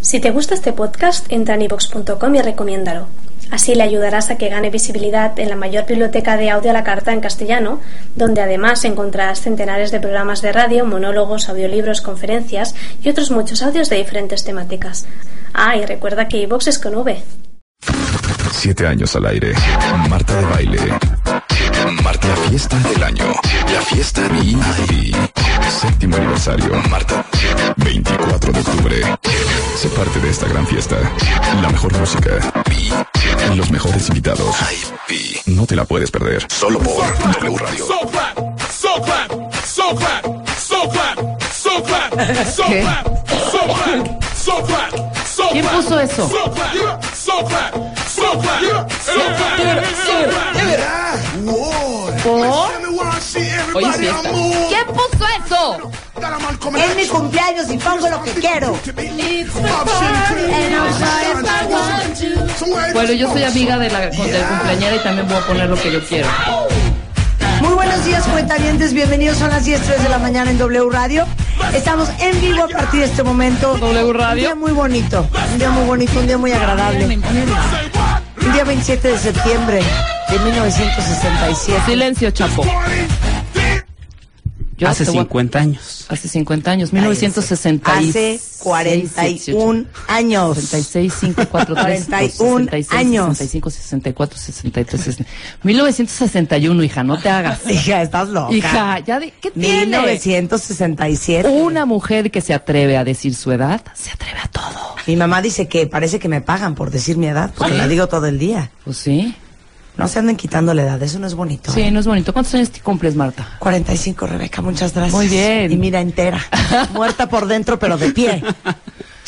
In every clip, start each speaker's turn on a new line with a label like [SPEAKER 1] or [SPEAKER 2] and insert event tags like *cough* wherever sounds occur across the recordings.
[SPEAKER 1] Si te gusta este podcast, entra en ivox.com y recomiéndalo. Así le ayudarás a que gane visibilidad en la mayor biblioteca de audio a la carta en castellano, donde además encontrarás centenares de programas de radio, monólogos, audiolibros, conferencias y otros muchos audios de diferentes temáticas. Ah, y recuerda que iVox es con V.
[SPEAKER 2] Siete años al aire. Marta de baile. Marta, la fiesta del año. La fiesta de IAI. Séptimo aniversario. Marta. 24 de octubre. Sé parte de esta gran fiesta. La mejor música. Los mejores invitados. No te la puedes perder. Solo por W Radio.
[SPEAKER 3] ¿Qué? ¿Quién puso eso? Oye, fiesta. ¿Quién puso eso?
[SPEAKER 4] Es mi cumpleaños y pongo lo que quiero.
[SPEAKER 3] Bueno, yo soy amiga de la, con- del cumpleañera y también voy a poner lo que yo quiero.
[SPEAKER 4] Muy buenos días, cuentavientes. Bienvenidos. Son las 10.03 de la mañana en W Radio. Estamos en vivo a partir de este momento.
[SPEAKER 3] W Radio.
[SPEAKER 4] Un día muy bonito. Un día muy bonito, un día muy agradable. Un día 27 de septiembre de 1967.
[SPEAKER 3] Silencio, Chapo. Yo
[SPEAKER 5] Hace
[SPEAKER 3] te voy a-
[SPEAKER 5] 50 años.
[SPEAKER 3] Hace 50 años, 1966.
[SPEAKER 4] Hace 41 años.
[SPEAKER 3] 66, 5, 4, 3,
[SPEAKER 4] 41 años.
[SPEAKER 3] 65, 64, 63, 60. 1961, hija, no te hagas.
[SPEAKER 4] Hija, estás loca.
[SPEAKER 3] Hija, ya de, ¿qué tiene?
[SPEAKER 4] 1967.
[SPEAKER 3] Una mujer que se atreve a decir su edad, se atreve a todo.
[SPEAKER 4] Mi mamá dice que parece que me pagan por decir mi edad, porque
[SPEAKER 3] ¿Sí?
[SPEAKER 4] la digo todo el día.
[SPEAKER 3] Pues sí.
[SPEAKER 4] No se anden quitando la edad, eso no es bonito. ¿eh?
[SPEAKER 3] Sí, no es bonito. ¿Cuántos años te cumples, Marta?
[SPEAKER 4] 45, Rebeca, muchas gracias.
[SPEAKER 3] Muy bien.
[SPEAKER 4] Y
[SPEAKER 3] *laughs*
[SPEAKER 4] mira entera, muerta por dentro, pero de pie.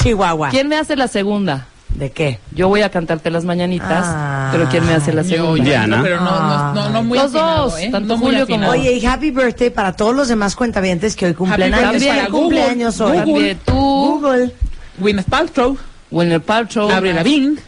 [SPEAKER 4] Chihuahua.
[SPEAKER 3] ¿Quién me hace la segunda?
[SPEAKER 4] ¿De qué?
[SPEAKER 3] Yo voy a cantarte las mañanitas,
[SPEAKER 4] Ah.
[SPEAKER 3] pero ¿quién me hace la segunda?
[SPEAKER 5] Diana.
[SPEAKER 6] Pero no, no, no, no muy
[SPEAKER 3] Los
[SPEAKER 6] afinado,
[SPEAKER 3] dos,
[SPEAKER 6] ¿eh?
[SPEAKER 3] tanto
[SPEAKER 6] No muy
[SPEAKER 3] Julio
[SPEAKER 6] afinado.
[SPEAKER 3] como-
[SPEAKER 4] Oye, y happy birthday para todos los demás cuentavientes que hoy cumplen
[SPEAKER 6] birthday
[SPEAKER 4] años.
[SPEAKER 3] para
[SPEAKER 4] ¿Quién
[SPEAKER 6] Google.
[SPEAKER 4] cumple años hoy?
[SPEAKER 3] También tú,
[SPEAKER 4] Google.
[SPEAKER 6] Gwyneth Paltrow,
[SPEAKER 3] Winner Paltrow,
[SPEAKER 6] Gabriela Bing.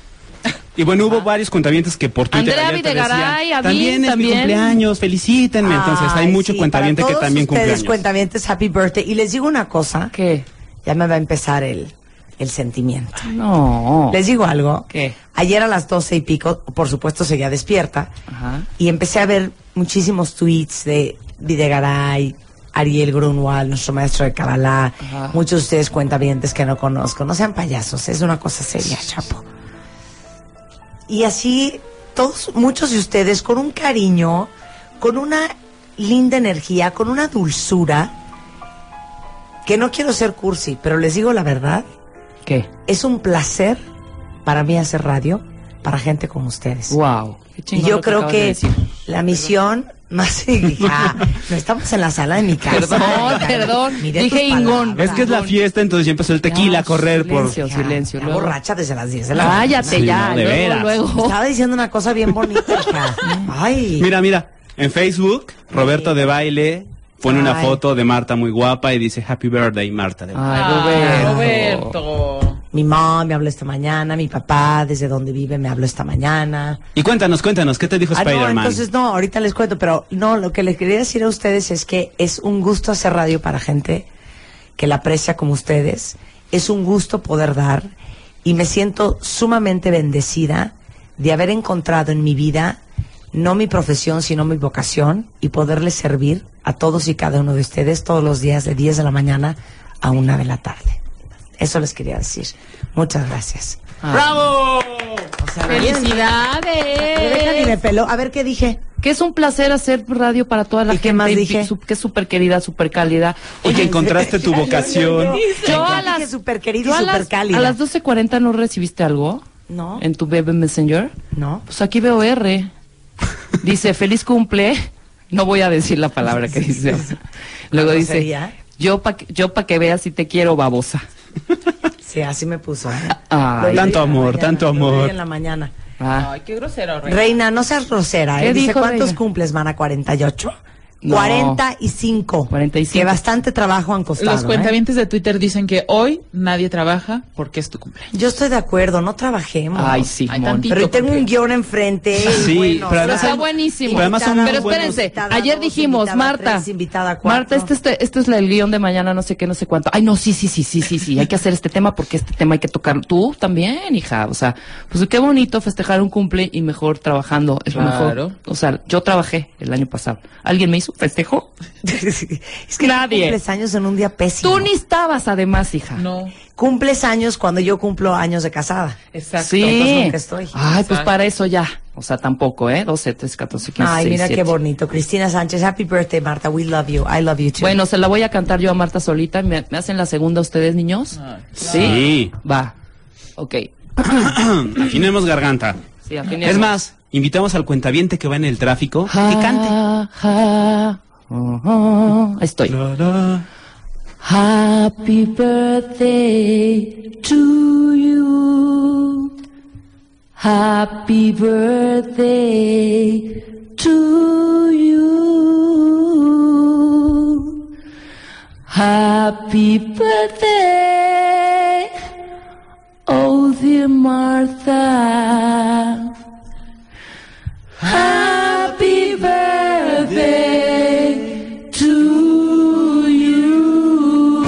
[SPEAKER 5] Y bueno, hubo varios cuentavientes que por Twitter
[SPEAKER 3] Andrea
[SPEAKER 5] ayer te
[SPEAKER 3] Videgaray,
[SPEAKER 5] decían,
[SPEAKER 3] Avín,
[SPEAKER 5] también es
[SPEAKER 3] también".
[SPEAKER 5] mi cumpleaños, felicítenme. Entonces, hay
[SPEAKER 4] Ah, Ay,
[SPEAKER 5] mucho
[SPEAKER 4] sí,
[SPEAKER 5] cuentaviente
[SPEAKER 4] para
[SPEAKER 5] que
[SPEAKER 4] todos
[SPEAKER 5] también
[SPEAKER 4] ustedes,
[SPEAKER 5] cumpleaños.
[SPEAKER 4] cuentavientes, happy birthday. Y les digo una cosa,
[SPEAKER 3] ¿Qué?
[SPEAKER 4] ya me va a empezar el, el sentimiento.
[SPEAKER 3] No.
[SPEAKER 4] Les digo algo.
[SPEAKER 3] ¿Qué?
[SPEAKER 4] Ayer a las doce y pico, por supuesto, seguía despierta.
[SPEAKER 3] Ajá.
[SPEAKER 4] Y empecé a ver muchísimos tweets de Videgaray, Ariel Grunwald, nuestro maestro de Kabbalah.
[SPEAKER 3] Ajá.
[SPEAKER 4] Muchos de ustedes cuentavientes que no conozco. No sean payasos, es una cosa seria, chapo. Y así, todos, muchos de ustedes con un cariño, con una linda energía, con una dulzura, que no quiero ser cursi, pero les digo la verdad,
[SPEAKER 3] ¿Qué?
[SPEAKER 4] es un placer para mí hacer radio para gente como ustedes.
[SPEAKER 3] Wow. Qué
[SPEAKER 4] y
[SPEAKER 3] chingón
[SPEAKER 4] yo
[SPEAKER 3] lo
[SPEAKER 4] creo
[SPEAKER 3] acabas de
[SPEAKER 4] que
[SPEAKER 3] decir.
[SPEAKER 4] la misión
[SPEAKER 3] *laughs*
[SPEAKER 4] más hija, no estamos en la sala de mi casa.
[SPEAKER 3] Perdón,
[SPEAKER 4] Mira,
[SPEAKER 3] perdón.
[SPEAKER 4] mira tus
[SPEAKER 3] Dije ingón.
[SPEAKER 4] palabras.
[SPEAKER 5] Es que es la fiesta, entonces ya empezó el tequila a correr por.
[SPEAKER 3] silencio,
[SPEAKER 4] Hija,
[SPEAKER 3] silencio.
[SPEAKER 4] la
[SPEAKER 3] luego.
[SPEAKER 4] borracha desde las 10 de la mañana.
[SPEAKER 3] Cállate
[SPEAKER 5] Sí,
[SPEAKER 3] ya,
[SPEAKER 5] no, de
[SPEAKER 3] luego,
[SPEAKER 5] veras.
[SPEAKER 3] luego.
[SPEAKER 4] Estaba diciendo una cosa bien
[SPEAKER 3] *laughs*
[SPEAKER 4] bonita, hija. Ay.
[SPEAKER 5] Mira, mira, en Facebook, Roberto de Baile pone una
[SPEAKER 4] Ay.
[SPEAKER 5] foto de Marta muy guapa y dice Happy Birthday, Marta. de Baile".
[SPEAKER 3] Ay,
[SPEAKER 6] Ah,
[SPEAKER 3] Roberto.
[SPEAKER 6] Roberto.
[SPEAKER 4] Mi mamá me habló esta mañana, mi papá desde donde vive me habló esta mañana.
[SPEAKER 5] Y cuéntanos, cuéntanos, ¿qué te dijo
[SPEAKER 4] Ah, no,
[SPEAKER 5] Spider-Man?
[SPEAKER 4] entonces no, ahorita les cuento, pero no, lo que les quería decir a ustedes es que es un gusto hacer radio para gente que la aprecia como ustedes. Es un gusto poder dar y me siento sumamente bendecida de haber encontrado en mi vida no mi profesión, sino mi vocación y poderles servir a todos y cada uno de ustedes todos los días de 10 de la mañana a 1 de la tarde. Eso les quería decir. Muchas gracias.
[SPEAKER 3] Ah. ¡Bravo!
[SPEAKER 4] O sea, Rebeca ni me
[SPEAKER 3] ¡Felicidades!
[SPEAKER 4] peló. A ver qué dije.
[SPEAKER 3] Que es un placer hacer radio para toda la
[SPEAKER 4] ¿Y qué
[SPEAKER 3] gente.
[SPEAKER 4] más
[SPEAKER 3] y
[SPEAKER 4] dije?
[SPEAKER 3] su- Que es súper querida, súper cálida.
[SPEAKER 5] Oye,
[SPEAKER 4] *laughs*
[SPEAKER 5] encontraste tu vocación.
[SPEAKER 3] Yo a
[SPEAKER 4] Dije
[SPEAKER 3] las.
[SPEAKER 4] superquerida y
[SPEAKER 3] yo a las-
[SPEAKER 4] supercálida.
[SPEAKER 3] A las 12.40 no recibiste algo.
[SPEAKER 4] No.
[SPEAKER 3] En tu bebé Messenger.
[SPEAKER 4] No.
[SPEAKER 3] Pues aquí veo R. Dice, feliz cumple. No voy a decir la palabra que dice. Luego
[SPEAKER 4] ¿La
[SPEAKER 3] dice,
[SPEAKER 4] grosería?
[SPEAKER 3] yo para yo pa que veas si te quiero, babosa.
[SPEAKER 4] Sí, así me puso. ¿eh?
[SPEAKER 3] Ay.
[SPEAKER 4] Lo leí
[SPEAKER 5] Tanto
[SPEAKER 4] en la
[SPEAKER 5] amor, tanto
[SPEAKER 4] lo leí
[SPEAKER 5] amor.
[SPEAKER 4] En la mañana.
[SPEAKER 3] Ah.
[SPEAKER 6] Ay, qué grosero, Reina.
[SPEAKER 4] Reina, no seas grosera. ¿eh?
[SPEAKER 3] ¿Qué
[SPEAKER 4] Dice,
[SPEAKER 3] dijo
[SPEAKER 4] ¿cuántos
[SPEAKER 3] Reina?
[SPEAKER 4] cumples, mana? ¿48?
[SPEAKER 3] No.
[SPEAKER 4] 45.
[SPEAKER 3] 45.
[SPEAKER 4] Que bastante trabajo han costado.
[SPEAKER 6] Los
[SPEAKER 4] ¿eh?
[SPEAKER 6] cuentavientes de Twitter dicen que hoy nadie trabaja porque es tu cumpleaños.
[SPEAKER 4] Yo estoy de acuerdo, no trabajemos.
[SPEAKER 3] Ay, sí,
[SPEAKER 6] Ay,
[SPEAKER 3] mon.
[SPEAKER 6] tantito.
[SPEAKER 4] Pero yo tengo
[SPEAKER 6] porque-
[SPEAKER 4] un guión enfrente. y
[SPEAKER 5] Sí,
[SPEAKER 4] bueno,
[SPEAKER 5] pero
[SPEAKER 3] Pero
[SPEAKER 5] además
[SPEAKER 3] está
[SPEAKER 5] hay-
[SPEAKER 3] buenísimo.
[SPEAKER 5] Pero además son muy
[SPEAKER 3] Pero
[SPEAKER 5] buenos.
[SPEAKER 3] espérense,
[SPEAKER 4] Invitada
[SPEAKER 3] ayer
[SPEAKER 4] dos,
[SPEAKER 3] dijimos,
[SPEAKER 4] invitada
[SPEAKER 3] Marta.
[SPEAKER 4] tres, invitada cuatro.
[SPEAKER 3] Marta, este, este, este es la- el guión de mañana, no sé qué, no sé cuánto. Ay, no, sí, sí, sí, sí, sí, sí. Hay que hacer este tema porque este tema hay que tocarlo. Tú también, hija. O sea, pues qué bonito festejar un cumple y mejor trabajando. Es lo
[SPEAKER 6] Claro.
[SPEAKER 3] mejor. O sea, yo trabajé el año pasado. ¿Alguien me hizo un festejo?
[SPEAKER 4] *laughs* es que
[SPEAKER 3] Nadie.
[SPEAKER 4] cumples años en un día pésimo.
[SPEAKER 3] Tú ni estabas, además, hija.
[SPEAKER 6] No,
[SPEAKER 4] Cumples años cuando yo cumplo años de casada.
[SPEAKER 6] exacto.
[SPEAKER 3] Sí.
[SPEAKER 4] nunca estoy.
[SPEAKER 3] Ay, pues
[SPEAKER 6] Exacto.
[SPEAKER 3] para eso ya. O sea, tampoco, ¿eh? 12, 13, 14, 15,
[SPEAKER 4] Ay,
[SPEAKER 3] 16,
[SPEAKER 4] mira qué
[SPEAKER 3] 17.
[SPEAKER 4] bonito. Cristina Sánchez, happy birthday, Marta. We love you. I love you too.
[SPEAKER 3] Bueno, se la voy a cantar yo a Marta solita. ¿Me, me hacen la segunda ustedes, niños?
[SPEAKER 6] Ay,
[SPEAKER 5] Sí.
[SPEAKER 3] Va. Ok.
[SPEAKER 5] Afinemos garganta.
[SPEAKER 3] Sí, afinemos.
[SPEAKER 5] Es más, invitamos al cuentaviente que va en el tráfico.
[SPEAKER 4] Ah.
[SPEAKER 3] que cante. Ahí estoy. Happy birthday to you. Happy birthday to you. Happy birthday, oh dear Martha. Happy birthday to you.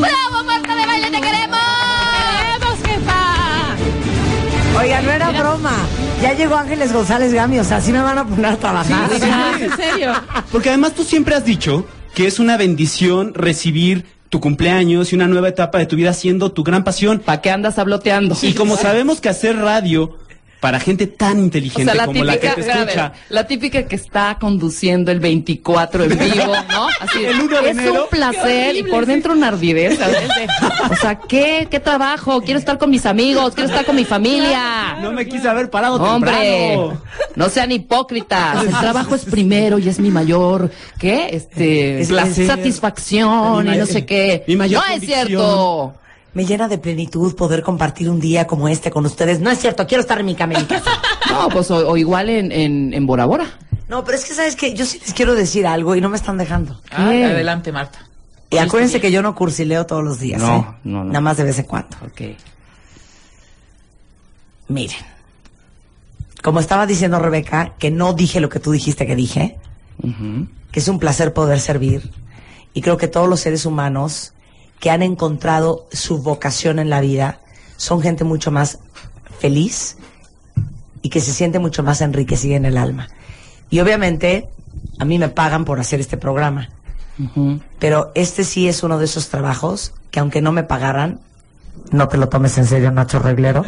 [SPEAKER 3] ¡Bravo, Marta de Baile, te queremos! ¡Te queremos, jefa!
[SPEAKER 4] Oiga, no era broma. Ya llegó Ángeles González Gami, o sea, sí me van a poner a trabajar.
[SPEAKER 6] Sí, sí, en serio.
[SPEAKER 5] Porque además tú siempre has dicho que es una bendición recibir tu cumpleaños y una nueva etapa de tu vida siendo tu gran pasión.
[SPEAKER 3] ¿Para qué andas habloteando?
[SPEAKER 5] Y como sabemos que hacer radio para gente tan
[SPEAKER 3] o
[SPEAKER 5] inteligente
[SPEAKER 3] sea, la
[SPEAKER 5] como
[SPEAKER 3] típica,
[SPEAKER 5] la que te
[SPEAKER 3] espérame,
[SPEAKER 5] escucha.
[SPEAKER 3] la típica que está conduciendo el 24 en vivo, ¿no? Así,
[SPEAKER 5] El uno de
[SPEAKER 3] es
[SPEAKER 5] enero.
[SPEAKER 3] un placer y por dentro una ardidez, ¿sabes? De, O sea, ¿qué, qué trabajo, quiero estar con mis amigos, quiero estar con mi familia.
[SPEAKER 5] No me quise haber parado
[SPEAKER 3] Hombre,
[SPEAKER 5] temprano.
[SPEAKER 3] no sean hipócritas. El trabajo es primero y es mi mayor, ¿qué? Este,
[SPEAKER 5] Es placer.
[SPEAKER 3] satisfacción y no
[SPEAKER 5] Mi mayor-
[SPEAKER 3] sé qué.
[SPEAKER 5] mi mayor
[SPEAKER 3] no es
[SPEAKER 5] convicción.
[SPEAKER 3] cierto.
[SPEAKER 4] Me llena de plenitud poder compartir un día como este con ustedes. No es cierto, quiero estar en mi cama en mi casa.
[SPEAKER 3] No, pues o, o igual en, en, en Bora Bora.
[SPEAKER 4] No, pero es que sabes que yo sí les quiero decir algo y no me están dejando.
[SPEAKER 6] Ay,
[SPEAKER 3] ¿Qué?
[SPEAKER 6] Ah, adelante, Marta.
[SPEAKER 3] Pues
[SPEAKER 4] Y acuérdense que yo no cursileo todos los días,
[SPEAKER 3] No,
[SPEAKER 4] ¿eh?
[SPEAKER 3] no, no.
[SPEAKER 4] Nada más de vez en cuando.
[SPEAKER 3] Ok.
[SPEAKER 4] Miren. Como estaba diciendo Rebeca, que no dije lo que tú dijiste que dije, que es un placer poder servir. Y creo que todos los seres humanos que han encontrado su vocación en la vida son gente mucho más feliz y que se siente mucho más enriquecida en el alma. Y obviamente a mí me pagan por hacer este programa, pero este sí es uno de esos trabajos que aunque no me pagaran, no te lo tomes en serio,
[SPEAKER 3] *laughs*
[SPEAKER 4] Nacho Reglero,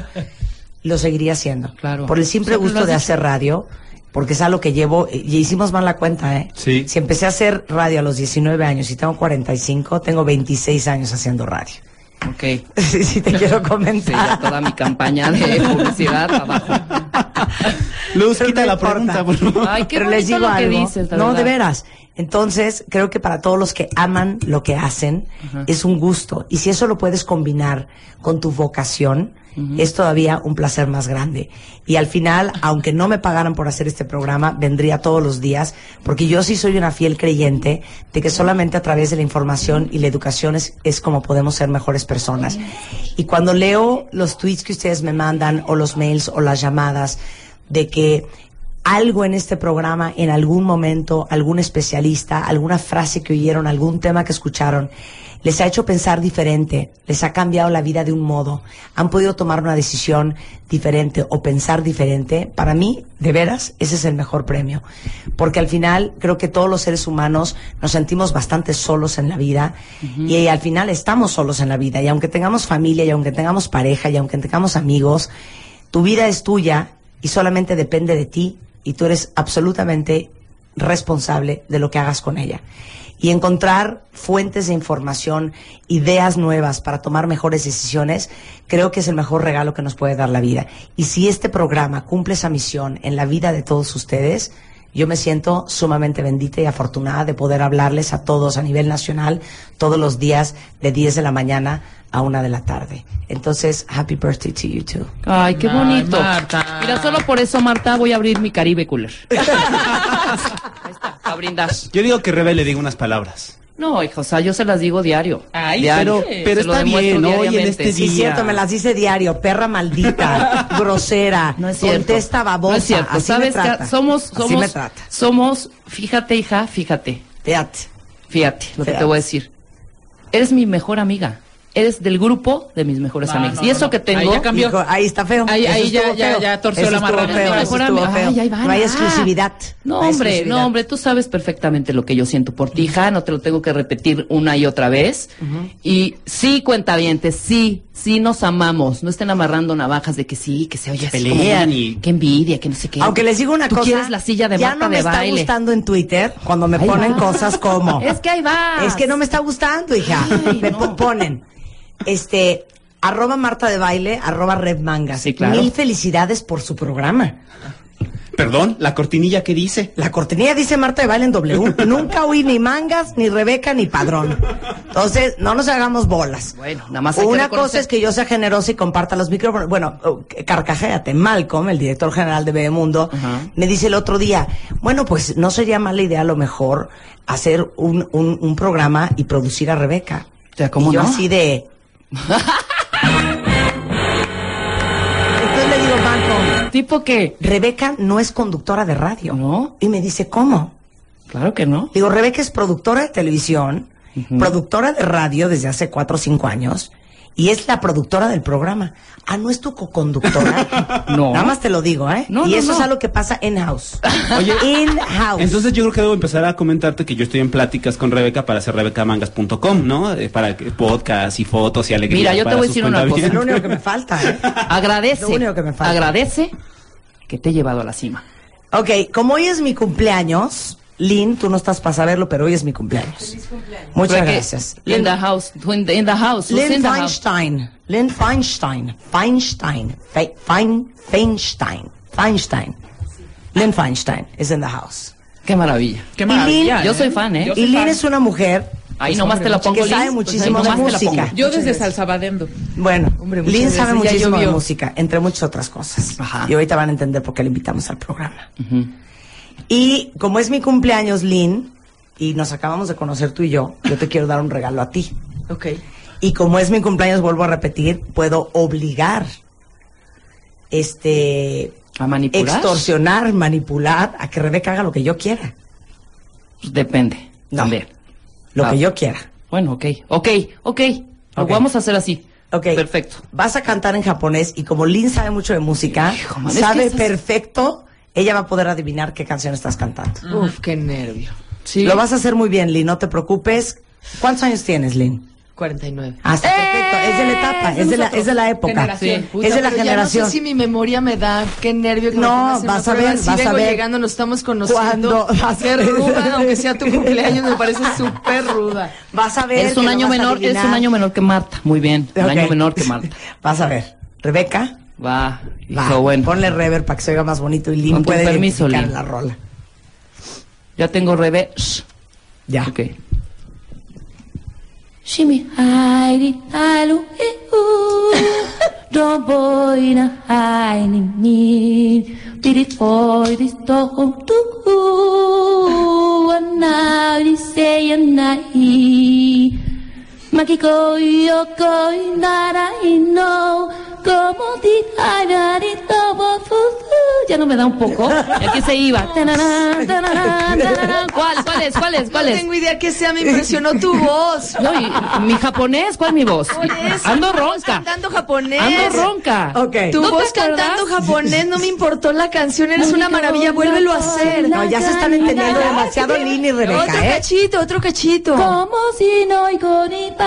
[SPEAKER 4] lo seguiría haciendo.
[SPEAKER 3] Claro.
[SPEAKER 4] Por el simple
[SPEAKER 3] Siempre lo
[SPEAKER 4] gusto
[SPEAKER 3] has
[SPEAKER 4] de
[SPEAKER 3] dicho.
[SPEAKER 4] hacer radio, porque es algo que llevo, y hicimos mal la cuenta, ¿eh?
[SPEAKER 5] Sí.
[SPEAKER 4] Si empecé a hacer radio a los 19 años y tengo 45, tengo 26 años haciendo radio. *laughs*
[SPEAKER 3] Ok.
[SPEAKER 4] Sí, sí,
[SPEAKER 3] *laughs*
[SPEAKER 4] te quiero
[SPEAKER 3] Sí, ya
[SPEAKER 4] comentar.
[SPEAKER 3] toda mi campaña de publicidad abajo.
[SPEAKER 5] Luz,
[SPEAKER 4] Pero
[SPEAKER 5] quita
[SPEAKER 4] no
[SPEAKER 5] la
[SPEAKER 4] importa.
[SPEAKER 5] pregunta, por favor.
[SPEAKER 3] Ay, qué
[SPEAKER 4] Pero
[SPEAKER 3] bonito
[SPEAKER 4] les digo
[SPEAKER 3] lo que
[SPEAKER 4] algo.
[SPEAKER 3] dices, la
[SPEAKER 4] no,
[SPEAKER 3] verdad.
[SPEAKER 4] de veras. Entonces, creo que para todos los que aman lo que hacen, es un gusto. Y si eso lo puedes combinar con tu vocación, es todavía un placer más grande. Y al final, aunque no me pagaran por hacer este programa, vendría todos los días, porque yo sí soy una fiel creyente de que solamente a través de la información y la educación es, es como podemos ser mejores personas. Y cuando leo los tweets que ustedes me mandan, o los mails, o las llamadas, de que algo en este programa, en algún momento, algún especialista, alguna frase que oyeron, algún tema que escucharon, les ha hecho pensar diferente, les ha cambiado la vida de un modo, han podido tomar una decisión diferente o pensar diferente. Para mí, de veras, ese es el mejor premio. Porque al final creo que todos los seres humanos nos sentimos bastante solos en la vida y al final estamos solos en la vida. Y aunque tengamos familia y aunque tengamos pareja y aunque tengamos amigos, tu vida es tuya y solamente depende de ti y tú eres absolutamente responsable de lo que hagas con ella. Y encontrar fuentes de información, ideas nuevas para tomar mejores decisiones, creo que es el mejor regalo que nos puede dar la vida. Y si este programa cumple esa misión en la vida de todos ustedes, yo me siento sumamente bendita y afortunada de poder hablarles a todos a nivel nacional todos los días de 10 de la mañana a una de la tarde. Entonces, happy birthday to you too.
[SPEAKER 3] Ay, qué
[SPEAKER 6] Ay,
[SPEAKER 3] bonito.
[SPEAKER 6] Marta.
[SPEAKER 3] Mira, solo por eso, Marta, voy a abrir mi Caribe Cooler. Ahí está, a brindar.
[SPEAKER 5] Yo digo que Rebe le diga unas palabras.
[SPEAKER 3] No, hija, o sea, yo se las digo diario.
[SPEAKER 6] Ay,
[SPEAKER 3] diario.
[SPEAKER 6] pero-
[SPEAKER 5] pero
[SPEAKER 3] Se lo
[SPEAKER 5] está
[SPEAKER 3] demuestro
[SPEAKER 5] bien, ¿no? Hoy en
[SPEAKER 3] diariamente.
[SPEAKER 5] este
[SPEAKER 4] Sí,
[SPEAKER 5] día.
[SPEAKER 4] cierto, me las dice diario,
[SPEAKER 3] *laughs*
[SPEAKER 4] perra maldita, grosera,
[SPEAKER 3] No es cierto.
[SPEAKER 4] contesta babosa,
[SPEAKER 3] No es cierto.
[SPEAKER 4] así
[SPEAKER 3] ¿Sabes
[SPEAKER 4] me trata.
[SPEAKER 3] qué? Somos,
[SPEAKER 4] Así
[SPEAKER 3] somos,
[SPEAKER 4] me trata.
[SPEAKER 3] somos, fíjate, hija, fíjate,
[SPEAKER 4] Fíjate.
[SPEAKER 3] fíjate lo que
[SPEAKER 4] Fíjate.
[SPEAKER 3] te voy a decir. Eres mi mejor amiga. Eres del grupo de mis mejores
[SPEAKER 6] No,
[SPEAKER 3] amigas.
[SPEAKER 6] no,
[SPEAKER 3] y
[SPEAKER 6] no,
[SPEAKER 3] eso
[SPEAKER 6] no.
[SPEAKER 3] que tengo.
[SPEAKER 6] Ahí ya cambió.
[SPEAKER 4] Hijo, ahí está feo.
[SPEAKER 6] Ahí-
[SPEAKER 4] Eso
[SPEAKER 6] ahí ya-
[SPEAKER 4] estuvo
[SPEAKER 6] ya-
[SPEAKER 4] feo.
[SPEAKER 6] ya torció
[SPEAKER 4] Eso
[SPEAKER 6] la
[SPEAKER 4] estuvo
[SPEAKER 6] marrana.
[SPEAKER 4] feo,
[SPEAKER 6] Mejor
[SPEAKER 4] eso
[SPEAKER 3] ami-
[SPEAKER 4] estuvo
[SPEAKER 3] Ay,
[SPEAKER 4] feo.
[SPEAKER 3] ahí van,
[SPEAKER 4] No hay
[SPEAKER 3] ah.
[SPEAKER 4] exclusividad.
[SPEAKER 3] No,
[SPEAKER 4] hay
[SPEAKER 3] hombre,
[SPEAKER 4] exclusividad.
[SPEAKER 3] no, hombre, tú sabes perfectamente lo que yo siento por ti, hija, no te lo tengo que repetir una y otra vez. Y sí, cuentavientes, sí, sí nos amamos, no estén amarrando navajas de que sí, que se oye así como
[SPEAKER 5] Pelean
[SPEAKER 3] una-
[SPEAKER 5] y-
[SPEAKER 3] que envidia, que no sé qué.
[SPEAKER 4] Aunque les digo una
[SPEAKER 3] Tú
[SPEAKER 4] cosa.
[SPEAKER 3] quieres la silla de
[SPEAKER 4] ya
[SPEAKER 3] Marta
[SPEAKER 4] no me
[SPEAKER 3] de
[SPEAKER 4] está
[SPEAKER 3] baile.
[SPEAKER 4] gustando en Twitter cuando me
[SPEAKER 3] Ahí
[SPEAKER 4] ponen
[SPEAKER 3] va.
[SPEAKER 4] cosas
[SPEAKER 3] *laughs*
[SPEAKER 4] como.
[SPEAKER 3] Es que ahí va.
[SPEAKER 4] Es que no me está gustando, hija.
[SPEAKER 3] Ay,
[SPEAKER 4] me
[SPEAKER 3] no.
[SPEAKER 4] po- ponen. Este. Arroba Marta de Baile, arroba Red Mangas.
[SPEAKER 3] Sí, claro.
[SPEAKER 4] Mil felicidades por su programa.
[SPEAKER 5] Perdón, la cortinilla que dice.
[SPEAKER 4] La cortinilla dice Marta de Baile
[SPEAKER 3] *laughs*
[SPEAKER 4] en W. Nunca oí ni mangas, ni Rebeca, ni Padrón. Entonces, no nos hagamos bolas.
[SPEAKER 3] Bueno, nada más hay que
[SPEAKER 4] Una
[SPEAKER 3] reconocer-
[SPEAKER 4] cosa es que yo sea generosa y comparta los micrófonos. Bueno, oh, carcajéate. Malcolm, el director general de Bebemundo,
[SPEAKER 3] Ajá.
[SPEAKER 4] me dice el otro día, bueno, pues no sería mala idea a lo mejor hacer un, un- un programa y producir a Rebeca.
[SPEAKER 3] O sea, ¿cómo
[SPEAKER 4] Y yo
[SPEAKER 3] no? *laughs*
[SPEAKER 4] así de... Entonces le digo, Malcolm,
[SPEAKER 3] ¿Tipo qué?
[SPEAKER 4] Rebeca no es conductora de radio.
[SPEAKER 3] No.
[SPEAKER 4] Y me dice, ¿cómo?
[SPEAKER 3] Claro que no.
[SPEAKER 4] Digo, Rebeca es productora de televisión,
[SPEAKER 3] Ujú.
[SPEAKER 4] productora de radio desde hace cuatro o cinco años, y es la productora del programa. Ah, no es tu coconductora.
[SPEAKER 3] *laughs* No.
[SPEAKER 4] Nada más te lo digo, ¿eh?
[SPEAKER 3] No,
[SPEAKER 4] y
[SPEAKER 3] no,
[SPEAKER 4] eso
[SPEAKER 3] no.
[SPEAKER 4] es algo que pasa in-house.
[SPEAKER 5] Oye,
[SPEAKER 4] In-house.
[SPEAKER 5] Entonces yo creo que debo empezar a comentarte que yo estoy en pláticas con Rebeca para hacer rebecamangas.com, ¿no? Eh, para que- podcast y fotos y alegrías.
[SPEAKER 3] Mira, yo te
[SPEAKER 5] para
[SPEAKER 3] voy a
[SPEAKER 5] sus
[SPEAKER 3] decir una cosa,
[SPEAKER 4] Es
[SPEAKER 5] cuentavientes.
[SPEAKER 4] lo único que me falta, ¿eh?
[SPEAKER 3] Agradece.
[SPEAKER 4] Lo único que me falta.
[SPEAKER 3] Agradece que te he llevado a la cima.
[SPEAKER 4] Ok, como hoy es mi cumpleaños, Lynn, tú no estás para saberlo, pero hoy es mi cumpleaños. Muchas
[SPEAKER 3] Porque-
[SPEAKER 4] gracias.
[SPEAKER 3] In the house. In the, in the house. who's
[SPEAKER 4] Lynn
[SPEAKER 3] in the house?
[SPEAKER 4] Feinstein. Lynn Feinstein. Feinstein. Fe, Fein, Feinstein. Feinstein. Lynn Feinstein is in the house.
[SPEAKER 3] Qué maravilla.
[SPEAKER 6] Qué
[SPEAKER 4] Y
[SPEAKER 6] maravilla.
[SPEAKER 4] Lin-
[SPEAKER 3] Yo soy fan, ¿eh?
[SPEAKER 6] Yo
[SPEAKER 4] Y
[SPEAKER 6] soy
[SPEAKER 4] Lynn
[SPEAKER 6] fan.
[SPEAKER 4] es una mujer
[SPEAKER 3] Ahí nomás te la pongo,
[SPEAKER 4] Pues, que sabe
[SPEAKER 3] Liz, pues,
[SPEAKER 4] muchísimo
[SPEAKER 3] ahí
[SPEAKER 4] de
[SPEAKER 3] nomás te la
[SPEAKER 4] música.
[SPEAKER 3] pongo.
[SPEAKER 6] Yo desde Salsabadendo.
[SPEAKER 4] Bueno,
[SPEAKER 6] Hombre, muchas
[SPEAKER 4] Lynn sabe
[SPEAKER 6] gracias, ya
[SPEAKER 4] muchísimo de
[SPEAKER 6] llovió.
[SPEAKER 4] música, entre muchas otras cosas.
[SPEAKER 3] Ajá.
[SPEAKER 4] Y ahorita van a entender por qué la invitamos al programa. Y como es mi cumpleaños, Lynn, y nos acabamos de conocer tú y yo, yo te quiero dar un regalo a ti.
[SPEAKER 6] Ok.
[SPEAKER 4] Y como es mi cumpleaños, vuelvo a repetir, puedo obligar, este,
[SPEAKER 3] ¿A manipular?
[SPEAKER 4] extorsionar, manipular a que Rebeca haga lo que yo quiera.
[SPEAKER 3] Depende.
[SPEAKER 4] No.
[SPEAKER 3] También.
[SPEAKER 4] Lo
[SPEAKER 3] Ah.
[SPEAKER 4] que yo quiera.
[SPEAKER 3] Bueno, ok. Ok, ok. Lo
[SPEAKER 4] Ok.
[SPEAKER 3] vamos a hacer así.
[SPEAKER 4] Ok.
[SPEAKER 3] Perfecto.
[SPEAKER 4] Vas a cantar en japonés y como Lynn sabe mucho de música,
[SPEAKER 3] Hijo, man, es que
[SPEAKER 4] sabe
[SPEAKER 3] estás-
[SPEAKER 4] perfecto, ella va a poder adivinar qué canción estás cantando.
[SPEAKER 6] Uf, qué nervio.
[SPEAKER 3] Mm. Sí.
[SPEAKER 4] Lo vas a hacer muy bien, Lynn, no te preocupes. ¿Cuántos años tienes, Lynn?
[SPEAKER 7] 49.
[SPEAKER 4] Ah,
[SPEAKER 3] ¡Eh!
[SPEAKER 4] está perfecto. Es de la etapa, es, de la, es de la época.
[SPEAKER 7] Generación.
[SPEAKER 4] Sí.
[SPEAKER 7] Puta,
[SPEAKER 4] es de la
[SPEAKER 7] pero ya
[SPEAKER 4] generación.
[SPEAKER 7] No sé si mi memoria me da, qué nervio que me
[SPEAKER 4] No,
[SPEAKER 7] pongas en una
[SPEAKER 4] vas a
[SPEAKER 7] prueba.
[SPEAKER 4] ver,
[SPEAKER 7] Si
[SPEAKER 4] vas a
[SPEAKER 7] vengo
[SPEAKER 4] ver.
[SPEAKER 7] llegando, nos estamos conociendo.
[SPEAKER 4] Cuando vas a
[SPEAKER 7] Qué
[SPEAKER 4] ver.
[SPEAKER 7] ruda, aunque sea tu cumpleaños, me parece súper ruda.
[SPEAKER 4] Vas a ver.
[SPEAKER 3] Eres un
[SPEAKER 4] que lo
[SPEAKER 3] año
[SPEAKER 4] vas a
[SPEAKER 3] menor, eres
[SPEAKER 4] adivinar.
[SPEAKER 3] un año menor que Marta. Muy bien. Un
[SPEAKER 4] Ok.
[SPEAKER 3] año menor que Marta.
[SPEAKER 4] *laughs* Vas a ver. Rebeca,
[SPEAKER 3] Va.
[SPEAKER 4] *laughs* va.
[SPEAKER 3] Hijo, bueno.
[SPEAKER 4] ponle rever para que se oiga más bonito y Lynn
[SPEAKER 3] Con tu
[SPEAKER 4] puede
[SPEAKER 3] permiso,
[SPEAKER 4] identificar
[SPEAKER 3] Lynn.
[SPEAKER 4] la rola.
[SPEAKER 3] Ya tengo revés.
[SPEAKER 4] Ya.
[SPEAKER 3] Ok. Shimi hairi alu eh, uh, iu Domboina haini mi Pirikoiri tohum tuku uh, Anauri seyanai Makikoi okoi narai no Como di hairari tobo fuzu Ya no me da un
[SPEAKER 7] *laughs*
[SPEAKER 3] poco. Y Aquí se iba. Tanarán, tanarán, tanarán. ¿Cuál? ¿Cuál es? ¿Cuál es? ¿Cuál
[SPEAKER 7] No
[SPEAKER 3] es?
[SPEAKER 7] tengo idea que sea, me impresionó tu voz.
[SPEAKER 3] No, y- mi japonés, ¿cuál mi voz?
[SPEAKER 7] Eso,
[SPEAKER 3] Ando
[SPEAKER 7] tu voz
[SPEAKER 3] ronca.
[SPEAKER 7] Cantando japonés.
[SPEAKER 3] Ando ronca.
[SPEAKER 4] Ok.
[SPEAKER 7] Tu
[SPEAKER 3] ¿No te
[SPEAKER 7] voz
[SPEAKER 3] acuerdas?
[SPEAKER 7] cantando japonés, no me importó la canción, eres una maravilla, vuélvelo a hacer.
[SPEAKER 4] No, ya se están entendiendo demasiado Lynn y
[SPEAKER 7] otro
[SPEAKER 4] Rebeca, ¿eh?
[SPEAKER 7] cachito, otro cachito.
[SPEAKER 3] Como si no oigo ni baila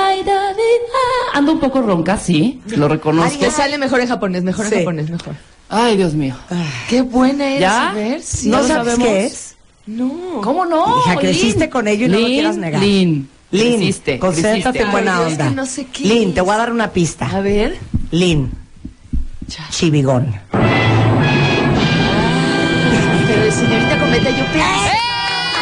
[SPEAKER 3] ni nada. Ando un poco ronca, sí, lo reconozco.
[SPEAKER 7] Te sale mejor en japonés, mejor
[SPEAKER 4] Sí.
[SPEAKER 7] en japonés, mejor.
[SPEAKER 3] Ay, Dios mío.
[SPEAKER 7] Qué buena eres,
[SPEAKER 3] ¿Ya?
[SPEAKER 7] a ver. Sí.
[SPEAKER 3] ¿Ya
[SPEAKER 4] ¿No
[SPEAKER 3] lo
[SPEAKER 4] sabes
[SPEAKER 3] sabemos?
[SPEAKER 4] qué es?
[SPEAKER 7] No.
[SPEAKER 3] ¿Cómo no?
[SPEAKER 4] Hija,
[SPEAKER 3] Lin?
[SPEAKER 4] creciste con ello y no lo
[SPEAKER 3] Lin,
[SPEAKER 4] quieras negar.
[SPEAKER 3] Lin,
[SPEAKER 4] Lynn,
[SPEAKER 3] creciste,
[SPEAKER 4] concéntrate en
[SPEAKER 3] creciste.
[SPEAKER 4] buena
[SPEAKER 7] Ay, es que
[SPEAKER 4] onda.
[SPEAKER 7] no sé qué
[SPEAKER 4] Lynn,
[SPEAKER 7] es.
[SPEAKER 4] te voy a dar una
[SPEAKER 7] A
[SPEAKER 4] pista.
[SPEAKER 7] ver.
[SPEAKER 4] Lynn, chivigón.
[SPEAKER 7] Pero señorita Cometa, yo pensé,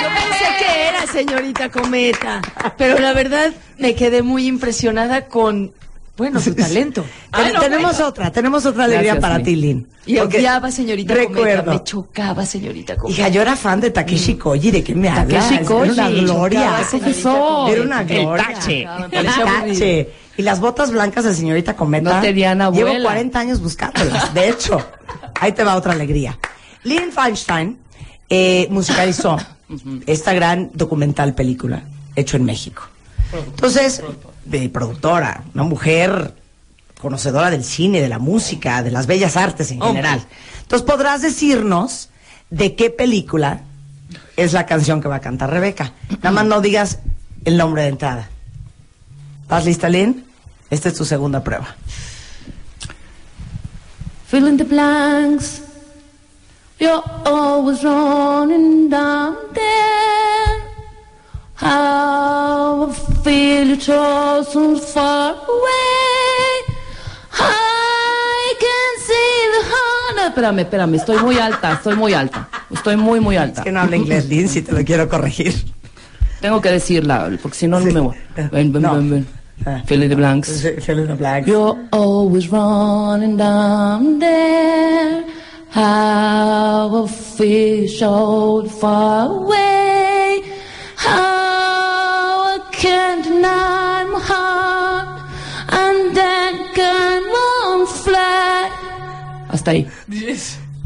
[SPEAKER 7] yo pensé que era señorita Cometa. Pero la verdad me quedé muy impresionada con Bueno, su talento.
[SPEAKER 6] Ay, no,
[SPEAKER 4] tenemos
[SPEAKER 6] bueno.
[SPEAKER 4] otra, tenemos otra alegría
[SPEAKER 6] Gracias,
[SPEAKER 4] para
[SPEAKER 6] mi.
[SPEAKER 4] ti, Lin.
[SPEAKER 7] Ah, Y
[SPEAKER 4] Porque
[SPEAKER 7] odiaba, señorita Cometa.
[SPEAKER 4] Recuerdo.
[SPEAKER 7] Me chocaba, señorita Cometa.
[SPEAKER 4] Hija, yo era fan de Takeshi Koji, ¿de qué me hablas?
[SPEAKER 7] Mm. Takeshi Koji.
[SPEAKER 4] Era una gloria.
[SPEAKER 7] Chocaba, señorita
[SPEAKER 4] Era una
[SPEAKER 7] Cometa.
[SPEAKER 4] gloria.
[SPEAKER 6] tache.
[SPEAKER 7] Ah, me
[SPEAKER 4] El
[SPEAKER 7] parecía aburrido.
[SPEAKER 4] tache. Y las botas blancas de señorita Cometa.
[SPEAKER 7] No tenían abuela.
[SPEAKER 4] Llevo 40 años buscándolas. De hecho, ahí te va otra alegría. Lynn Feinstein eh, musicalizó esta gran documental película hecho en México. Entonces, de productora, una mujer conocedora del cine, de la música, de las bellas artes en
[SPEAKER 6] Hombre.
[SPEAKER 4] general. Entonces, podrás decirnos de qué película es la canción que va a cantar Rebeca. Nada más no digas el nombre de entrada. ¿Estás lista, Lynn? Esta es tu segunda prueba.
[SPEAKER 3] Fill in the blanks. You're always running down there. How I feel it all so far away. I can see the honor. Espérame, espérame, estoy muy alta, estoy muy alta. Estoy muy, muy alta.
[SPEAKER 4] Es que no habla inglés, Lynn, si te lo quiero corregir.
[SPEAKER 3] Tengo que decirla, porque si no, no
[SPEAKER 4] Sí.
[SPEAKER 3] me voy. Ven, ven,
[SPEAKER 4] No.
[SPEAKER 3] ven, ven.
[SPEAKER 4] Ah.
[SPEAKER 3] Fill in the blanks.
[SPEAKER 4] Sí, fill in the blank.
[SPEAKER 3] You're always running down there. How a fish old far away. How I can't deny my heart. And then can on fly. Hasta ahí.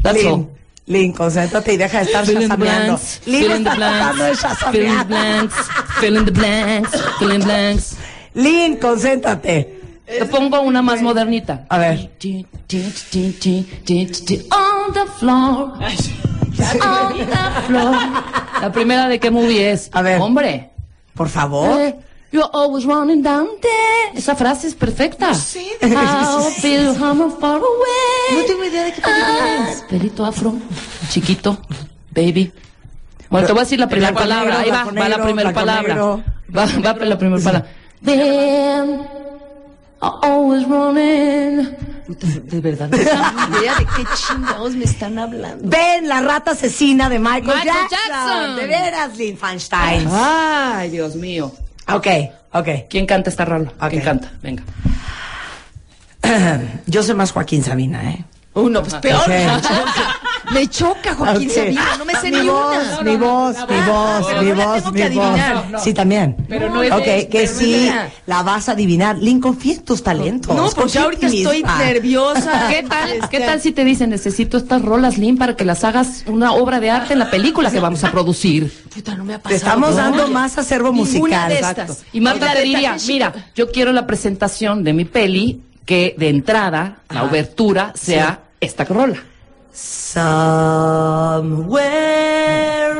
[SPEAKER 3] That's all.
[SPEAKER 4] Lynn, Lynn, concéntrate y deja de estar
[SPEAKER 3] Fill in the
[SPEAKER 4] chasameando.
[SPEAKER 3] blanks,
[SPEAKER 4] Lynn
[SPEAKER 3] fill in the
[SPEAKER 4] está tratando de
[SPEAKER 3] blanks, fill in the
[SPEAKER 4] chasamear.
[SPEAKER 3] blanks, fill in the blanks, fill in the blanks.
[SPEAKER 4] Lynn, concéntrate.
[SPEAKER 3] Te pongo una más modernita.
[SPEAKER 4] A ver.
[SPEAKER 3] On the floor. On the floor. La primera de qué movie es.
[SPEAKER 4] A ver. Oh.
[SPEAKER 3] Hombre.
[SPEAKER 4] Por favor.
[SPEAKER 3] Eh, You're always running down there. Esa frase es perfecta. How I feel I'm far away.
[SPEAKER 7] No tengo idea de qué película
[SPEAKER 3] Ah, Pelito afro. Chiquito. Baby. Bueno, te voy a decir la primera
[SPEAKER 4] blanco
[SPEAKER 3] palabra.
[SPEAKER 4] negro,
[SPEAKER 3] Ahí va,
[SPEAKER 4] blanco
[SPEAKER 3] va la
[SPEAKER 4] negro,
[SPEAKER 3] primera
[SPEAKER 4] blanco
[SPEAKER 3] palabra.
[SPEAKER 4] negro.
[SPEAKER 3] Va, va la primera palabra. Then I always running. De verdad.
[SPEAKER 7] Ni idea de qué chingados me están hablando.
[SPEAKER 4] Ven la rata asesina de Michael,
[SPEAKER 3] Michael
[SPEAKER 4] Jackson.
[SPEAKER 3] Jackson.
[SPEAKER 4] De veras, Lynn Feinstein.
[SPEAKER 3] Ay, Dios mío.
[SPEAKER 4] Ok, ok.
[SPEAKER 3] ¿Quién canta esta rola?
[SPEAKER 4] Ok.
[SPEAKER 3] ¿Quién canta? Venga.
[SPEAKER 4] Yo soy más Joaquín Sabina, ¿eh?
[SPEAKER 7] Uno, pues peor.
[SPEAKER 4] Ok.
[SPEAKER 7] me choca. Me choca Joaquín
[SPEAKER 4] Ok.
[SPEAKER 7] Sabina, no me sé
[SPEAKER 4] mi
[SPEAKER 7] ni
[SPEAKER 4] voz,
[SPEAKER 7] una.
[SPEAKER 4] Mi voz, mi voz,
[SPEAKER 7] pero
[SPEAKER 4] mi
[SPEAKER 7] no la
[SPEAKER 4] voz,
[SPEAKER 7] tengo
[SPEAKER 4] mi
[SPEAKER 7] que adivinar.
[SPEAKER 4] voz.
[SPEAKER 7] No, no.
[SPEAKER 4] Sí, también.
[SPEAKER 6] Pero no es
[SPEAKER 4] Ok,
[SPEAKER 6] de-
[SPEAKER 4] que
[SPEAKER 6] pero no
[SPEAKER 4] sí,
[SPEAKER 6] es de-
[SPEAKER 4] la vas a adivinar. Lynn, confía en tus talentos.
[SPEAKER 7] No, porque
[SPEAKER 4] confía en
[SPEAKER 7] ahorita
[SPEAKER 4] ti
[SPEAKER 7] estoy
[SPEAKER 3] *laughs*
[SPEAKER 4] misma.
[SPEAKER 7] nerviosa.
[SPEAKER 3] ¿Qué tal, ¿Qué tal si te dicen necesito estas rolas, Lin, para que las hagas una obra de arte en la película que vamos a producir?
[SPEAKER 7] Puta, no me ha pasado.
[SPEAKER 4] Te estamos
[SPEAKER 7] No,
[SPEAKER 4] dando
[SPEAKER 7] oye,
[SPEAKER 4] más acervo
[SPEAKER 7] ninguna
[SPEAKER 4] musical.
[SPEAKER 7] de
[SPEAKER 4] Exacto.
[SPEAKER 7] estas.
[SPEAKER 3] Y Marta
[SPEAKER 7] La
[SPEAKER 3] te
[SPEAKER 7] de
[SPEAKER 3] diría,
[SPEAKER 7] Takeshi-
[SPEAKER 3] mira, yo quiero la presentación de mi peli que de entrada,
[SPEAKER 7] Ah.
[SPEAKER 3] la obertura, sea esta rola.
[SPEAKER 4] Somewhere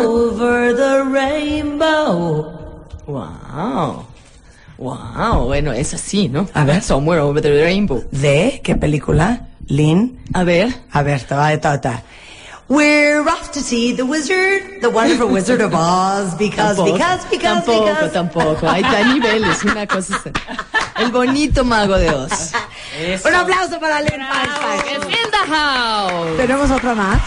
[SPEAKER 4] over the rainbow. Wow.
[SPEAKER 7] Wow, Ah, bueno, es así, ¿no?
[SPEAKER 4] A ver.
[SPEAKER 7] Somewhere over the rainbow.
[SPEAKER 4] ¿De qué película? Lynn.
[SPEAKER 7] A ver.
[SPEAKER 4] A ver, te va de tota. We're off to see the wizard, the wonderful wizard of Oz, because, because, because,
[SPEAKER 7] tampoco,
[SPEAKER 4] because.
[SPEAKER 3] *laughs*
[SPEAKER 7] tampoco. Hay tan niveles, una cosa es- El bonito mago de Oz.
[SPEAKER 4] Un aplauso para Lynn
[SPEAKER 3] Es
[SPEAKER 4] Feinstein.
[SPEAKER 3] in the house.
[SPEAKER 4] Tenemos otra más.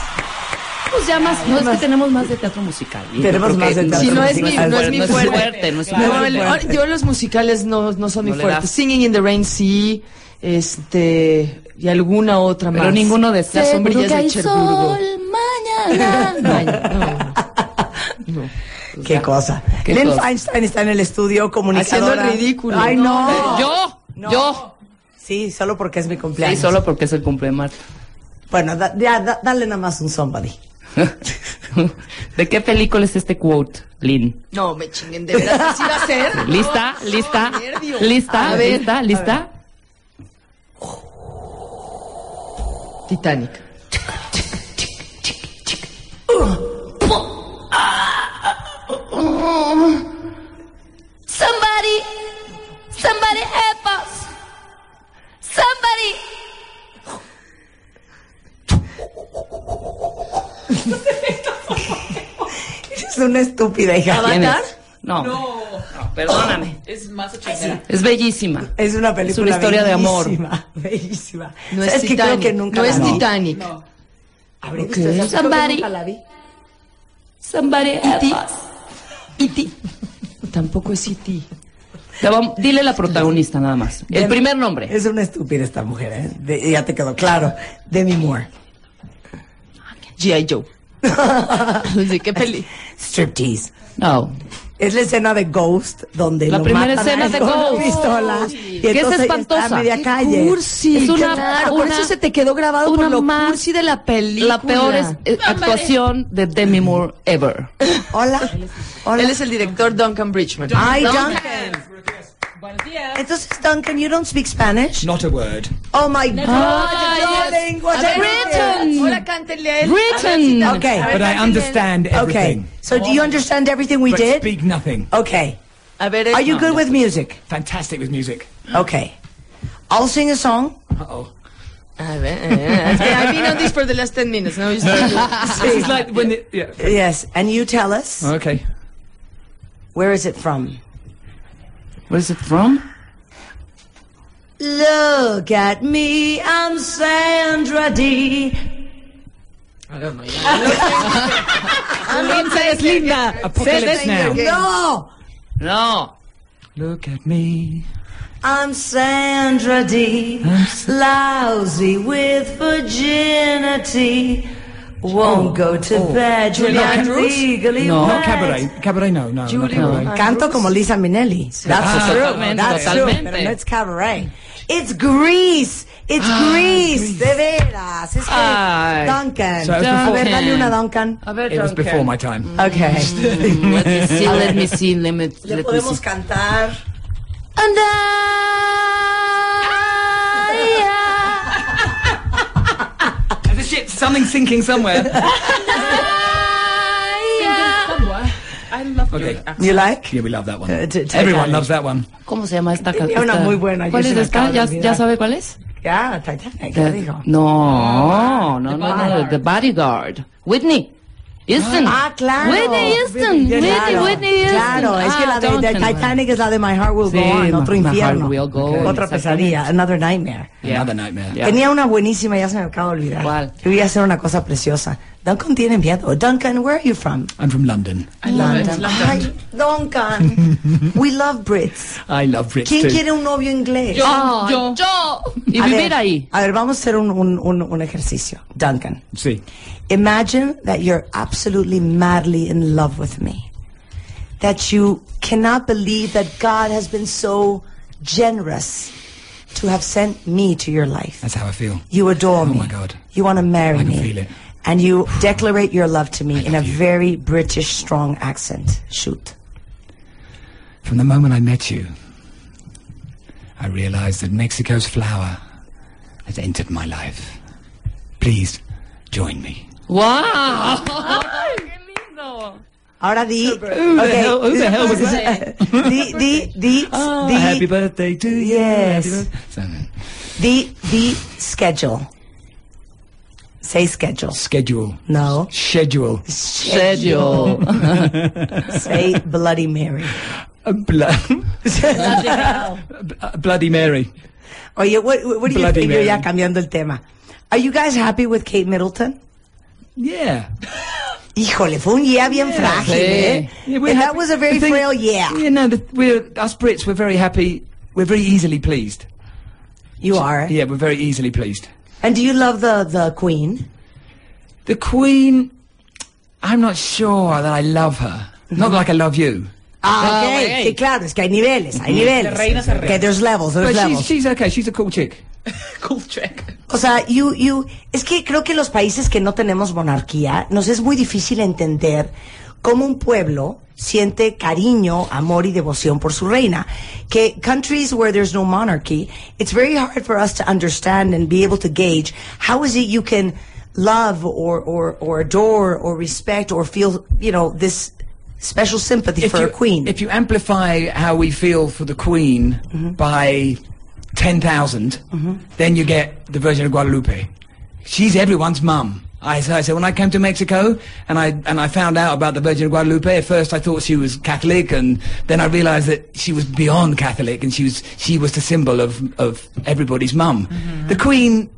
[SPEAKER 3] Pues ya más, no es que tenemos más de teatro musical. Lin, yo
[SPEAKER 4] Tenemos
[SPEAKER 3] creo
[SPEAKER 4] más
[SPEAKER 3] que
[SPEAKER 4] de
[SPEAKER 3] no-
[SPEAKER 4] teatro
[SPEAKER 7] Si no es mi,
[SPEAKER 4] musical.
[SPEAKER 7] no es mi
[SPEAKER 3] No es
[SPEAKER 7] fuerte.
[SPEAKER 3] fuerte, no es
[SPEAKER 7] Claro.
[SPEAKER 3] fuerte.
[SPEAKER 7] No, ahora, Yo los musicales no, no son mi
[SPEAKER 3] No le
[SPEAKER 7] fuerte.
[SPEAKER 3] das.
[SPEAKER 7] Singing in the Rain, sí. Este. Y alguna otra más.
[SPEAKER 3] Pero ninguno de
[SPEAKER 7] Las
[SPEAKER 3] esas
[SPEAKER 7] sombrillas de Cherburgo. *laughs*
[SPEAKER 3] mañana.
[SPEAKER 7] Pues
[SPEAKER 4] Qué cosa.
[SPEAKER 3] Qué
[SPEAKER 4] Lynn
[SPEAKER 3] cosa.
[SPEAKER 4] Feinstein está en el estudio comunicadora.
[SPEAKER 7] Haciendo el ridículo.
[SPEAKER 4] Ay,
[SPEAKER 7] *laughs*
[SPEAKER 4] no.
[SPEAKER 3] Yo,
[SPEAKER 4] No.
[SPEAKER 3] yo.
[SPEAKER 4] Sí, solo porque es mi
[SPEAKER 3] Sí,
[SPEAKER 4] cumpleaños.
[SPEAKER 3] solo porque es el cumpleaños
[SPEAKER 4] Bueno, da- ya, da- dale nada más un somebody.
[SPEAKER 3] de Marta. *laughs* ¿De qué película es este quote, Lynn?
[SPEAKER 7] No, me chinguen, de verdad, ¿qué sí va a ser?
[SPEAKER 3] ¿Lista? ¿Lista?
[SPEAKER 7] Ah, nervios.
[SPEAKER 3] ¿Lista?
[SPEAKER 7] A ver,
[SPEAKER 3] ¿Lista? ¿Lista?
[SPEAKER 7] Titanic.
[SPEAKER 8] Somebody, somebody help us. Somebody.
[SPEAKER 4] *laughs* Es una estúpida hija.
[SPEAKER 3] ¿Quién
[SPEAKER 7] ¿Avatar?
[SPEAKER 3] es? No. No, perdóname.
[SPEAKER 6] Es más ochentera.
[SPEAKER 3] Es bellísima.
[SPEAKER 4] Es una película.
[SPEAKER 3] Es una historia de amor.
[SPEAKER 4] bellísima, *laughs* Bellísima.
[SPEAKER 7] No
[SPEAKER 4] ¿Sabes
[SPEAKER 7] es
[SPEAKER 4] que
[SPEAKER 7] Titanic.
[SPEAKER 4] creo que nunca
[SPEAKER 7] no
[SPEAKER 4] la
[SPEAKER 7] es
[SPEAKER 4] vi?
[SPEAKER 7] Titanic.
[SPEAKER 4] Ahorita estoy así, creo que
[SPEAKER 8] Somebody.
[SPEAKER 4] nunca la vi.
[SPEAKER 7] E
[SPEAKER 3] Somebody
[SPEAKER 6] *laughs* E
[SPEAKER 7] E.T. Tampoco es E.T.
[SPEAKER 6] Te vam- dile la protagonista nada más. El
[SPEAKER 4] Demi-
[SPEAKER 6] primer nombre.
[SPEAKER 4] Es una estúpida esta mujer, ¿eh? De- ya te quedó claro. Demi Moore.
[SPEAKER 6] G.I.
[SPEAKER 7] *laughs*
[SPEAKER 6] Joe. Así, ¿Qué peli?
[SPEAKER 4] Striptease.
[SPEAKER 6] No.
[SPEAKER 4] Es la escena de Ghost donde
[SPEAKER 6] La
[SPEAKER 4] lo
[SPEAKER 6] primera
[SPEAKER 4] matan a
[SPEAKER 6] escena
[SPEAKER 4] él
[SPEAKER 6] de
[SPEAKER 4] con una
[SPEAKER 6] Ghost.
[SPEAKER 4] pistola y
[SPEAKER 6] Que es
[SPEAKER 4] entonces ya
[SPEAKER 6] espantosa.
[SPEAKER 4] está a media
[SPEAKER 6] Qué
[SPEAKER 4] calle.
[SPEAKER 7] cursi.
[SPEAKER 6] Es una-
[SPEAKER 7] claro, por
[SPEAKER 6] una-
[SPEAKER 7] eso se te quedó grabado
[SPEAKER 6] una
[SPEAKER 7] Ah, por lo
[SPEAKER 6] más-
[SPEAKER 7] cursi de la película.
[SPEAKER 6] La peor es, eh, actuación de Demi Moore ever.
[SPEAKER 4] Hola. Hola.
[SPEAKER 7] Él es el director Duncan Bridgman.
[SPEAKER 4] Ay, Duncan. Entonces, Duncan, you don't speak Spanish?
[SPEAKER 5] Not a word.
[SPEAKER 4] Oh my God,
[SPEAKER 7] yes.
[SPEAKER 4] darling, what a
[SPEAKER 6] Britain.
[SPEAKER 7] Ahora cántenle a él.
[SPEAKER 6] Britain.
[SPEAKER 7] A ver si te-
[SPEAKER 4] Okay.
[SPEAKER 7] a ver,
[SPEAKER 9] But I
[SPEAKER 7] cántenle.
[SPEAKER 9] understand everything.
[SPEAKER 4] Okay, so do you understand everything we
[SPEAKER 9] But
[SPEAKER 4] did?
[SPEAKER 9] speak nothing.
[SPEAKER 4] Okay.
[SPEAKER 7] A ver, eh. *laughs*
[SPEAKER 4] Are
[SPEAKER 7] él-
[SPEAKER 4] you good with music?
[SPEAKER 9] Fantastic with music.
[SPEAKER 4] Okay. I'll sing a song.
[SPEAKER 9] Uh-oh.
[SPEAKER 7] A ver, eh, eh, I've been on this for the last 10 minutes. Now you start.
[SPEAKER 9] This is like when the... Yeah.
[SPEAKER 4] Yes, and you tell us
[SPEAKER 9] Okay.
[SPEAKER 4] where is it from?
[SPEAKER 6] Where is it from?
[SPEAKER 4] Look at me, I'm Sandra D.
[SPEAKER 6] Linda es linda.
[SPEAKER 9] Apocalypse now.
[SPEAKER 4] No,
[SPEAKER 6] No.
[SPEAKER 9] Look at me.
[SPEAKER 4] I'm Sandra D. Lousy with virginity.
[SPEAKER 9] Oh,
[SPEAKER 4] Won't go to bed. Julian
[SPEAKER 9] Andrews?
[SPEAKER 4] legally
[SPEAKER 6] No.
[SPEAKER 9] Not cabaret.
[SPEAKER 4] wed.
[SPEAKER 9] Cabaret, no, no. not cabaret.
[SPEAKER 4] Canto como Lisa Minnelli. That's
[SPEAKER 6] Ah,
[SPEAKER 4] true.
[SPEAKER 6] totalmente,
[SPEAKER 4] That's
[SPEAKER 6] totalmente.
[SPEAKER 4] true. Pero no it's
[SPEAKER 9] Ah.
[SPEAKER 4] cabaret. It's Grease. It's Grease. De veras. Es que
[SPEAKER 6] Ay.
[SPEAKER 4] Duncan.
[SPEAKER 9] So it was
[SPEAKER 4] A ver,
[SPEAKER 9] before-
[SPEAKER 4] dale una Duncan.
[SPEAKER 6] A ver,
[SPEAKER 9] It was
[SPEAKER 6] Duncan.
[SPEAKER 9] before my time.
[SPEAKER 4] Okay.
[SPEAKER 6] Mm, Let me see, let me see, let me,
[SPEAKER 4] *laughs* Le
[SPEAKER 6] let me see.
[SPEAKER 4] podemos cantar.
[SPEAKER 8] And
[SPEAKER 6] *laughs*
[SPEAKER 8] I,
[SPEAKER 9] There's shit, something's sinking somewhere. okay.
[SPEAKER 4] You like?
[SPEAKER 9] Yeah, we love that one.
[SPEAKER 4] Uh, t-
[SPEAKER 9] Everyone
[SPEAKER 4] Titanic.
[SPEAKER 9] loves that one.
[SPEAKER 6] ¿Cómo se llama esta
[SPEAKER 4] Tenía
[SPEAKER 6] canción?
[SPEAKER 4] una muy buena, yo
[SPEAKER 6] ¿Cuál
[SPEAKER 4] se
[SPEAKER 6] es
[SPEAKER 4] me
[SPEAKER 6] esta?
[SPEAKER 4] acaba de
[SPEAKER 6] ¿Ya,
[SPEAKER 4] olvidar.
[SPEAKER 6] ¿Ya sabe cuál es?
[SPEAKER 4] Yeah, Titanic. Ya dijo.
[SPEAKER 6] Mm. No, no, no, no, The Bodyguard. Whitney. Houston.
[SPEAKER 4] Ah, claro.
[SPEAKER 6] Whitney Houston. Whitney,
[SPEAKER 4] Claro,
[SPEAKER 6] Whitney Houston.
[SPEAKER 4] Claro, es que
[SPEAKER 6] Ah,
[SPEAKER 4] la de, de
[SPEAKER 6] Duncan.
[SPEAKER 4] Titanic es la de My Heart Will
[SPEAKER 6] Sí,
[SPEAKER 4] Go On,
[SPEAKER 6] My-
[SPEAKER 4] otro
[SPEAKER 6] My Heart
[SPEAKER 4] infierno.
[SPEAKER 6] Will Go On,
[SPEAKER 4] Otra pesadilla, Another Nightmare.
[SPEAKER 6] Yeah.
[SPEAKER 9] Another nightmare.
[SPEAKER 6] Yeah.
[SPEAKER 4] Tenía una buenísima, ya se me acaba de olvidar.
[SPEAKER 6] ¿Cuál?
[SPEAKER 4] Yo iba a hacer una cosa preciosa. Duncan tiene miedo. Duncan, where are you from?
[SPEAKER 9] I'm from London.
[SPEAKER 6] I love it.
[SPEAKER 4] Ay, Duncan.
[SPEAKER 6] *laughs*
[SPEAKER 4] We love Brits.
[SPEAKER 9] I love Brits
[SPEAKER 4] ¿Quién
[SPEAKER 9] too.
[SPEAKER 4] quiere un novio inglés?
[SPEAKER 6] Yo, Ah, yo, Y
[SPEAKER 4] A
[SPEAKER 6] vivir
[SPEAKER 4] ver,
[SPEAKER 6] ahí.
[SPEAKER 4] A ver, vamos a hacer un, un, un, un ejercicio. Duncan,
[SPEAKER 9] See.
[SPEAKER 4] imagine that you're absolutely madly in love with me. That you cannot believe that God has been so generous to have sent me to your life.
[SPEAKER 9] That's how I feel.
[SPEAKER 4] You adore me.
[SPEAKER 9] Oh my God.
[SPEAKER 4] You want to marry
[SPEAKER 9] I can
[SPEAKER 4] me.
[SPEAKER 9] feel it.
[SPEAKER 4] And you declarate your love to me in a
[SPEAKER 9] love you.
[SPEAKER 4] very British strong accent. Shoot.
[SPEAKER 9] From the moment I met you, I realized that Mexico's flower has entered my life. Please join me.
[SPEAKER 6] Wow.
[SPEAKER 4] Ahora di.
[SPEAKER 9] Who the hell, who the hell was that? Ah.
[SPEAKER 4] Di, di,
[SPEAKER 9] *laughs*
[SPEAKER 4] di,
[SPEAKER 9] happy
[SPEAKER 4] di,
[SPEAKER 9] birthday to you.
[SPEAKER 4] Yes.
[SPEAKER 9] happy birth- So,
[SPEAKER 4] di, di schedule. Say schedule.
[SPEAKER 9] schedule.
[SPEAKER 4] No.
[SPEAKER 9] Schedule.
[SPEAKER 6] Schedule.
[SPEAKER 4] Say Bloody Mary.
[SPEAKER 9] A blo- *laughs*
[SPEAKER 4] *laughs*
[SPEAKER 9] A Bloody Mary.
[SPEAKER 4] Oye, what, what do you
[SPEAKER 9] Bloody
[SPEAKER 4] think? Yo ya
[SPEAKER 9] Mary.
[SPEAKER 4] cambiando el tema. Are you guys happy with Kate Middleton?
[SPEAKER 9] Yeah.
[SPEAKER 4] Híjole, fue un yeah bien frágil, eh?
[SPEAKER 9] Yeah, we're
[SPEAKER 4] And that
[SPEAKER 9] happy-
[SPEAKER 4] was a very
[SPEAKER 9] the thing-
[SPEAKER 4] frail yeah.
[SPEAKER 9] Yeah, no, the, we're, us Brits, we're very happy. We're very easily pleased.
[SPEAKER 4] You are.
[SPEAKER 9] Yeah, we're very easily pleased.
[SPEAKER 4] And do you love the, the Queen?
[SPEAKER 9] The Queen, I'm not sure that I love her. Not like I love you.
[SPEAKER 4] Ah, ok.
[SPEAKER 6] güey.
[SPEAKER 4] Sí, claro, es que hay niveles, hay niveles. Okay, there's levels, there's
[SPEAKER 9] But
[SPEAKER 4] levels.
[SPEAKER 9] she's, she's okay. She's a cool chick.
[SPEAKER 6] cool track.
[SPEAKER 4] O sea, you, you, es que creo que los países que no tenemos monarquía, nos es muy difícil entender cómo un pueblo siente cariño, amor y devoción por su reina. Que countries where there's no monarchy, it's very hard for us to understand and be able to gauge how is it you can love or, or, or adore or respect or feel, you know, this special sympathy for
[SPEAKER 9] you,
[SPEAKER 4] a queen.
[SPEAKER 9] If you amplify how we feel for the Queen
[SPEAKER 4] Mm-hmm.
[SPEAKER 9] by 10,000, then you get the Virgin of Guadalupe. She's everyone's mum. I, so I said, when I came to Mexico and I, and I found out about the Virgin of Guadalupe, at first I thought she was Catholic and then I realized that she was beyond Catholic and she was, she was the symbol of, of
[SPEAKER 4] Mm-hmm.
[SPEAKER 9] everybody's mum. The Queen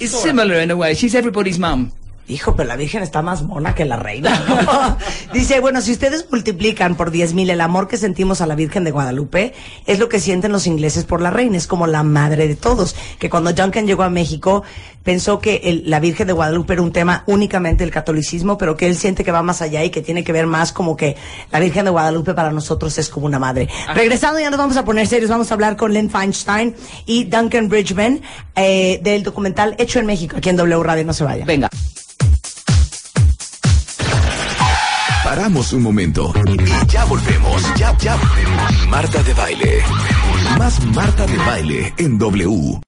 [SPEAKER 9] is similar in a way. She's everybody's mum.
[SPEAKER 4] Hijo, pero la Virgen está más mona que la reina. ¿no? Dice, bueno, si ustedes multiplican por 10.000 el amor que sentimos a la Virgen de Guadalupe, es lo que sienten los ingleses por la reina, es como la madre de todos. Que cuando Duncan llegó a México, pensó que el- la Virgen de Guadalupe era un tema únicamente del catolicismo, pero que él siente que va más allá y que tiene que ver más como que la Virgen de Guadalupe para nosotros es como una madre. Regresando, ya nos vamos a poner serios, vamos a hablar con Len Feinstein y Duncan Bridgman eh, del documental Hecho en México, aquí en W Radio, no se vaya.
[SPEAKER 6] Venga.
[SPEAKER 2] Paramos un momento y ya volvemos. Ya, ya volvemos. Marta de baile. Más Marta de baile en W.